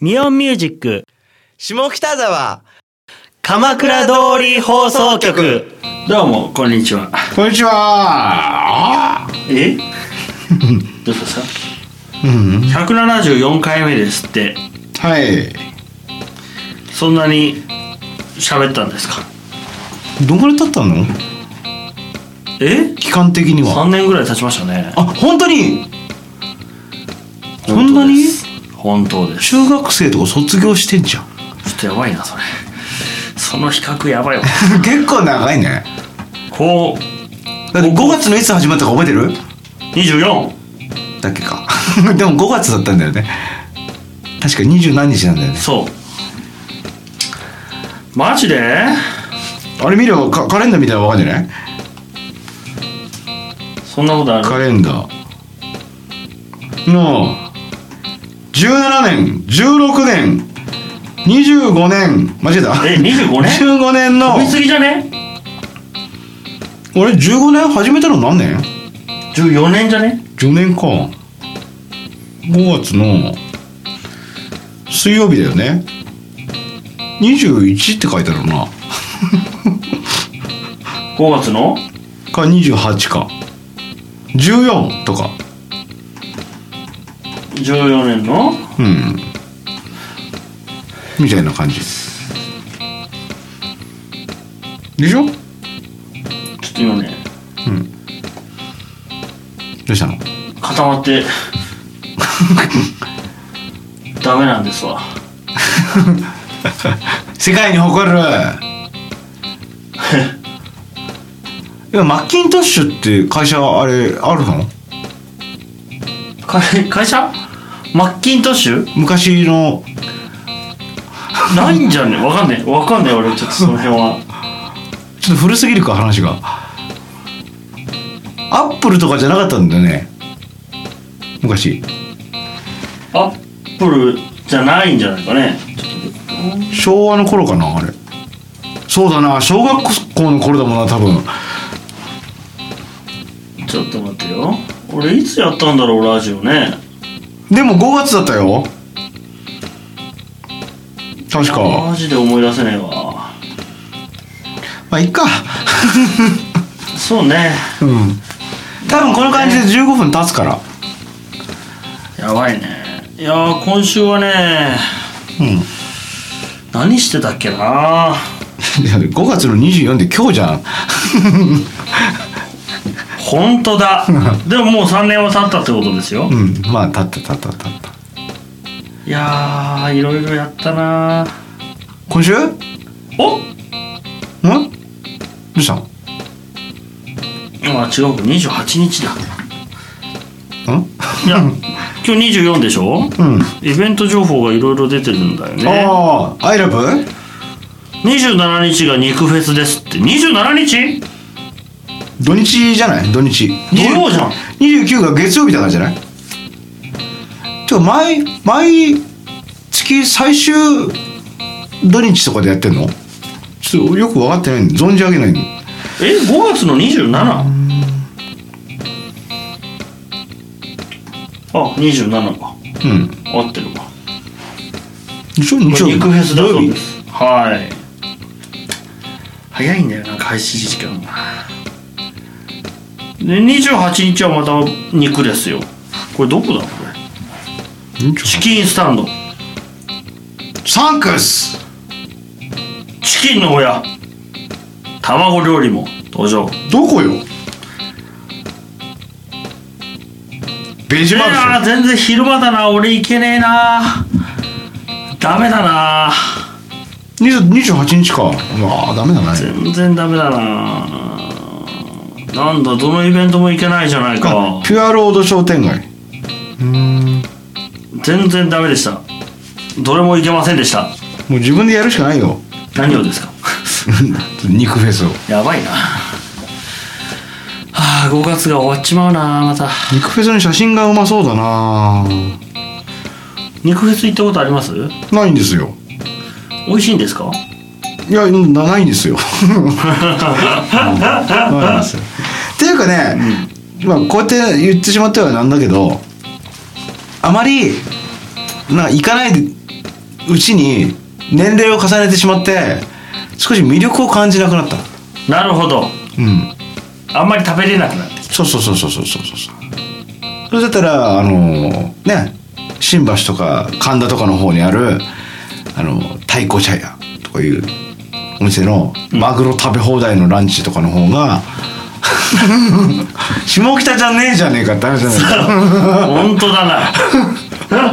ミオンミュージック下北沢鎌倉通り放送局どうもこんにちはこんにちは。 えどうですかうん。 174回目ですってはい。そんなに喋ったんですかどんぐらい経ったの？え期間的には。 3年ぐらい経ちましたねあ、本当に。そんなに？本当です中学生とか卒業してんじゃん。ちょっとやばいなそれその比較やばいわ 結構長いね。こうだって5月のいつ始まったか覚えてる？ 24だっけ か。でも5月だったんだよね。確か二十何日なんだよね。そうマジであれ見ればカカレンダーみたいなのわかんじゃない？そんなことあるカレンダーの17年16年25年間違えたえ25年15年の飛びすぎじゃね俺15年始めたの何年14年じゃね ?10 年か5月の水曜日だよね21って書いてあるな5月のか28か14とか14年のうんみたいな感じでしょどちょっと今ねうしたの 固まってダメなんですわ 世界に誇るいやマッキントッシュって会社あれあるの会会社マッキントッシュ昔のないんじゃねわかんねえわかんねえ俺ちょっとその辺はちょっと古すぎるか話がアップルとかじゃなかったんだよね昔アップルじゃないんじゃないかね昭和の頃かなあれそうだな小学校の頃だもんな多分ちょっと待ってよ俺いつやったんだろうラジオねでも5月だったよ確かマジで思い出せねえわまあいっかそうねうん多分この感じで15分経つからやばいねいやー今週はねうん何してたっけないや5月の24で今日じゃ ん本当 だでももう3年は経ったってことですようんまあ経った経った経ったいやーいろいろやったな今週んどおうしたのあ違うか28日だんいや今日24でしょうんイベント情報がいろいろ出てるんだよねああアイラブ27日が肉フェスですって27日土日じゃない土日土曜じゃん29が月曜日だからじゃないてか毎毎月最終土日とかでやってんのちょっとよく分かってないんで存じ上げないんでえ5月の 27? あ27かうん合ってるかでしょ日曜日肉フェスだ土そう曜で日すはい早いんだよな開始時間がで28日はまた肉ですよこれどこだこれチキンスタンドサンクスチキンの親卵料理も登場どこよベジいマルシやー全然昼間だな俺行けねえなダメだなェ28日かうわあダメだね全然ダメだななんだどのイベントも行けないじゃないかピュアロード商店街全然ダメでしたどれも行けませんでしたもう自分でやるしかないよ 何をですか 肉フェスをやばいなはあ5月が終わっちまうなまた肉フェスの写真がうまそうだな肉フェス行ったことありますないんですよ美味しいんですかいやうんなないんですよないんですよっていうかね、まあこうやって言ってしまってはなんだけどあまりなんか行かないうちに年齢を重ねてしまって少し魅力を感じなくなったなるほどうんあんまり食べれなくなってきそうそうそうそうそうそうそうそれだったらあのね新橋とか神田とかの方にあるあの太鼓茶屋とかいうお店のマグロ食べ放題のランチとかの方が 下北じゃねえじゃねえかって話じゃないですかた本当だな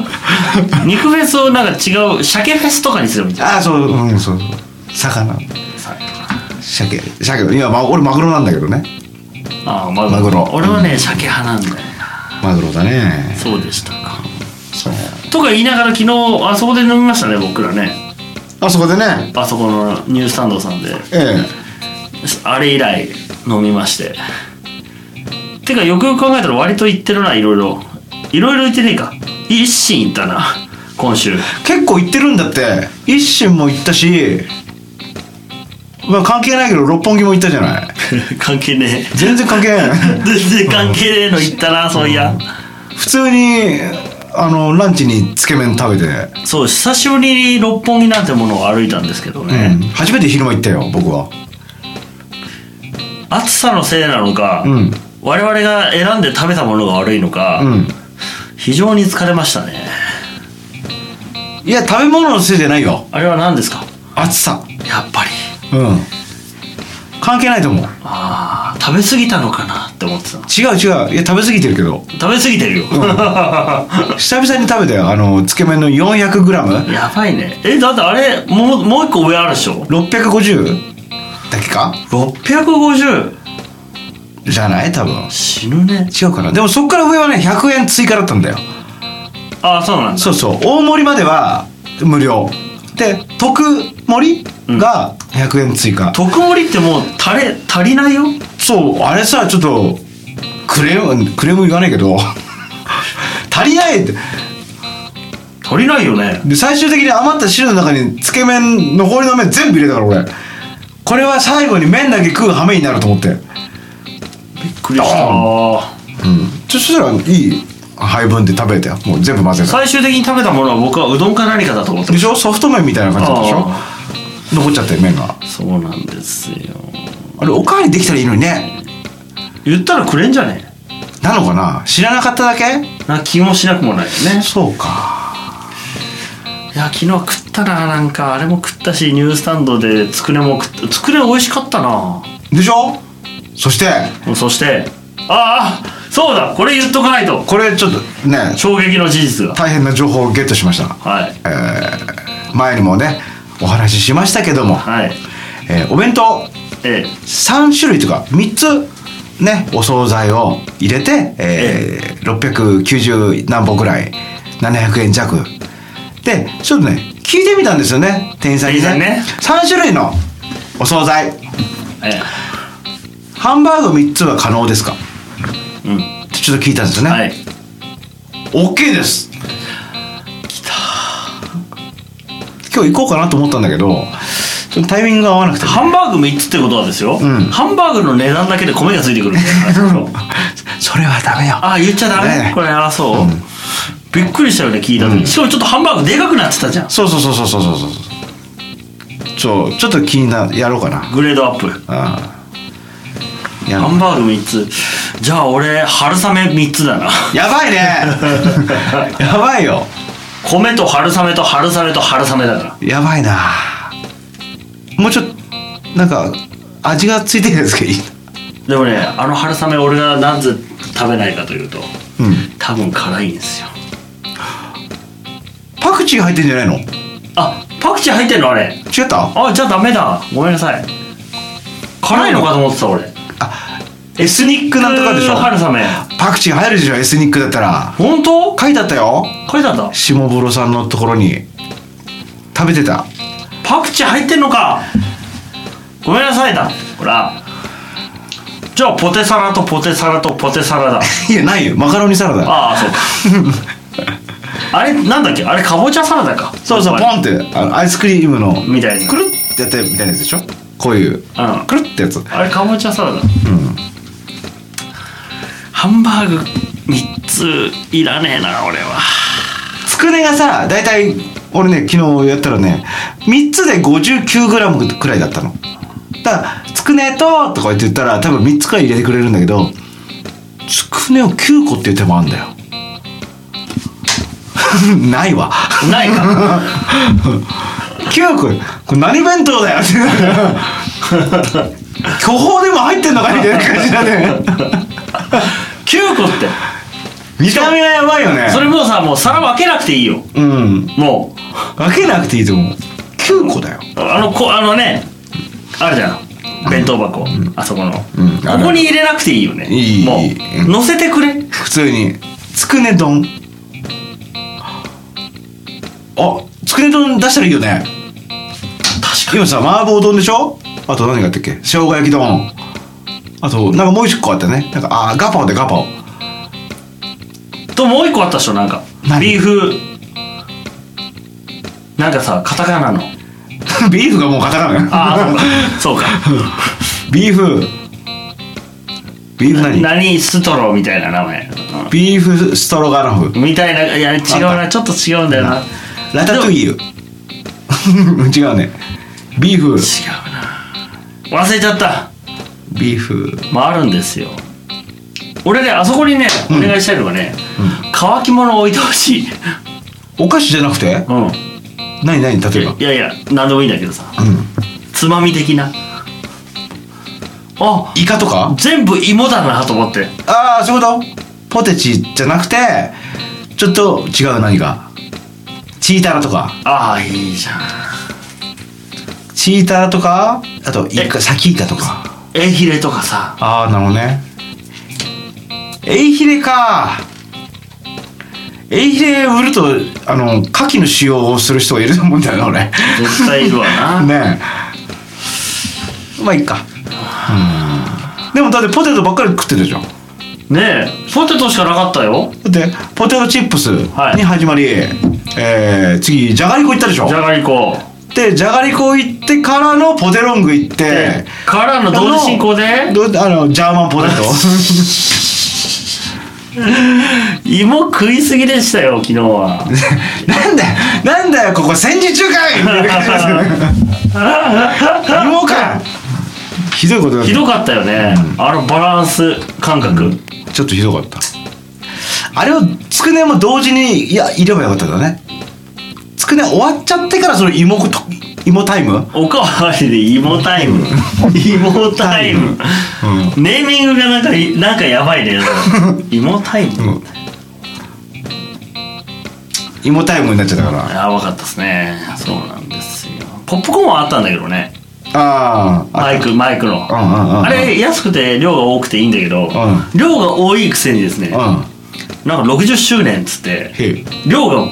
肉フェスをなんか違う鮭フェスとかにするみたいああそううんそうそう魚なさ鮭鮭いや、まあ、俺マグロなんだけどねああマグロマグロ俺はね鮭派なんだよなマグロだねそうでしたかそうとか言いながら昨日あそこで飲みましたね僕らねあそこでねあそこのニュースタンドさんでええあれ以来飲みましててかよくよく考えたら割と行ってるないろいろいろいろ行ってねえか一心行ったな今週 結構行ってるんだって一心も行ったしまあ関係ないけど六本木も行ったじゃない関係ねえ全然関係ない 全然関係ねえの言ったなそういや普通にあのランチにつけ麺食べて、そう久しぶりに六本木なんてものを歩いたんですけどうんね、初めて昼間行ったよ僕は暑さのせいなのか、うん我々が選んで食べたものが悪いのか、うん非常に疲れましたねいや食べ物のせいじゃないよあれは何ですか暑さやっぱりうん関係ないと思うああ食べ過ぎたのかなって思ってた違う違ういや食べ過ぎてるけど食べ過ぎてるよ、久々に食べたよあのつけ麺の 400g650 やばいねえだってあれもうもう一個上あるでしょだけか650じゃない多分死ぬね違うかなでもそっから上はね100円追加だったんだよああそうなんだそうそう大盛りまでは無料で特盛りが100円追加、特盛りってもうタレ足りないよそうあれさちょっとクレームクレーム言わないけ ど足りないって足りないよねで最終的に余った汁の中につけ麺残りの麺全部入れたから俺これは最後に麺だけ食う羽目になると思ってびっくりしたそしたらいい配分で食べたよもう全部混ぜた最終的に食べたものは僕はうどんか何かだと思ってでまししょソフト麺みたいな感じだったでしあょ残っちゃって麺がたそうなんですよあれおかわりできたらいいのにね言ったらくれんじゃねなのかな知らなかっただけえな気もしなくもないよねそうかいや昨日食ったななんかあれも食ったしニュースタンドでつくねも食ったつくね美味しかったなでしょそしてそしてああそうだこれ言っとかないとこれちょっとね衝撃の事実が大変な情報をゲットしました、はいえー前にもねお話ししましたけども、はいえーお弁当ええ3種類とか3つねお惣菜を入れて、えー690何本ぐらい700円弱でちょっとね聞いてみたんですよね店員さんに店員ね3種類のお惣菜ええハンバーグ3つは可能ですかうんってちょっと聞いたんですよね、はいオッケーですきた今日行こうかなと思ったんだけどそのタイミングが合わなくてハンバーグ3つってことはですよ、んハンバーグの値段だけで米がついてくるみ たいな話でしょそれはダメよああ言っちゃダメ、ねえこれあそう、うんびっくりしたよね聞いた時、しかもちょっとハンバーグでかくなってたじゃんそうそうそうそうそうそうそうそうちょっと気になやろうかなグレードアップああやハンバーグ3つじゃあ俺春雨3つだなやば いねやばいよ米と春雨と春雨と春雨だなやばいなもうちょっとなんか味がついてるやつがいいでもねあの春雨俺がなぜ食べないかというとうん多分辛いんですよパクチー入ってんじゃないの違あパクチー入ってんのあれったあじゃあダメだごめんなさい辛いのかと思ってた俺あエスニックなんとかでしょ春雨パクチー入るでしょエスニックだったら本当書いてあったよ書いてあった下風呂さんのところに食べてたパクチー入ってんのかごめんなさいだほらじゃあポテサラとポテサラとポテサラだいやないよマカロニサラダああそうか あれなんだっけあれかぼちゃサラダかそうそうやっポぱンってあのアイスクリームのりみたいなくるってやってみたいなやつでしょこういううんくるってやつあれかぼちゃサラダハンバーグ3ついらねえな俺はつくねがさ大体俺ね昨日やったらね3つで 59g くらいだったのだから「つくねと」とか言って言ったら多分3つくらい入れてくれるんだけどつくねを9個っていう手もあるんだよ ないわないか 9個これ何弁当だ よって巨峰でも入ってんのかみたいな感じだね9個って見た目はやばいよねそれもうさもう皿分けなくていいようんも分けなくていいと思う9個だようあのこあのねあるじゃん弁当箱、あそこの、うんこあるこに入れなくていいよねいいもうう乗せてくれ普通につくね丼あつくね丼出したらいいよね確かに今さ麻婆丼でしょあと何があったっけ生姜焼き丼あとなんかもう一個あったねなんかあガパオでガパオ ともう一個あったでしょなんか何ビーフなんかさカタカナのビーフがもうカタカナねあ あそうかそうかビーフビーフ何何ストローみたいな名前ビーフストロガノフみたいないや違うあなちょっと違うんだよなラタトゥイユ 違うねビーフ違うな忘れちゃったビーフまああるんですよ俺ねあそこにねお願いしたいのがね、乾き物を置いてほしいお菓子じゃなくてうん何何例えばいやいや何でもいいんだけどさうんつまみ的なあイカとか全部芋だなと思ってああそういうことポテチじゃなくてちょっと違う何かチータラとかああいいじゃんチータラとかあとイカえサキイカとかエヒレとかさああなるほどねエイヒレかエイヒレ売るとあの牡蠣の使用をする人がいると思うんだよね俺絶対いるわ な、ねえまあいいかうんでもだってポテトばっかり食ってたじゃんだねえポテトしかなかったよってポテトチップスはいに始まり、えー次じゃがりこ行ったでしょじゃがりこでじゃがりこ行ってからのポテロング行ってからの同時進行でどあのジャーマンポテト芋食いすぎでしたよ昨日は なんだよなんだよここ戦時中 かいみたいな感じですよね芋かひどいことだひどかったよね、あのバランス感覚、ちょっとひどかったあれをつくねも同時にいやいればよかったんだねつくね終わっちゃってからその芋こと芋タイムおかわりで 芋タイム芋タイム、ネーミングがなんかいなんかやばい ね芋タイム、うん芋タイムになっちゃったからやばかったですねそうなんですよポップコーンはあったんだけどねあーあマイクマイクの、うんうんうんうんあれ安くて量が多くていいんだけど、う量が多いくせにですね、うんなんか60周年っつってへえ量が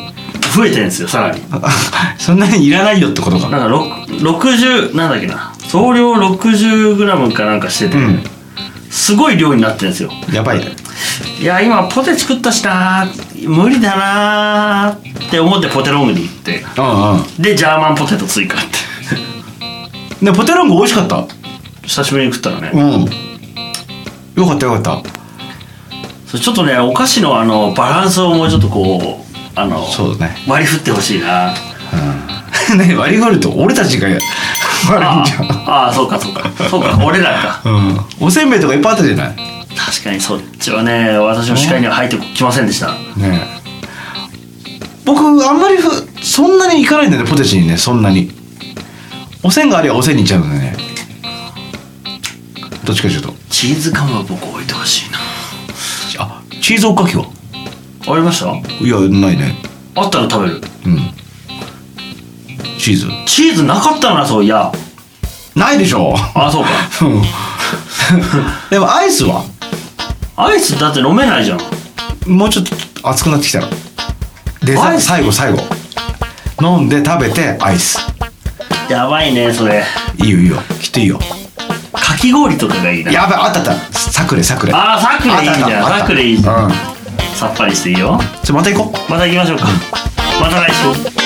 増えてるんですよさらにあ そんなにいらないよってことかなんかろく60なんだっけな総量 60g かなんかしてて、うんすごい量になってるんですよやばいねいや今ポテチ食ったしな無理だなって思ってポテロングに行ってうんうんでジャーマンポテト追加って ねポテロング美味しかった久しぶりに食ったのね、うんよかったよかったそうちょっとねお菓子のあのバランスをもうちょっとこうあのそう だね割り振ってほしいなね 割り振ると俺たちが悪いんじゃんああそうかそうかそうか俺らか うんおせんべいとかいっぱいあったじゃない確かにそっちはね私の視界には入ってきませんでしたね僕あんまりふそんなに行かないんだよねポテチにねそんなにおせんがありゃおせんに行っちゃうんだよねどっちかというとチーズカムは僕置いてほしいなあチーズおかきはありましたいやないねあったら食べるうんチーズチーズなかったなそういやないでし ょあそうかうんでもアイスはアイスだって飲めないじゃんもうちょっと熱くなってきたらでアさイス最後最後飲んで食べてアイスやばいねそれいいよいいよきっといいよかき氷とかがいいなやばいあったあったさくれさくれあーサクレいいじゃんサクレいいじゃんうんさっぱりしていいよじゃあまた行こうまた行きましょうかまた来週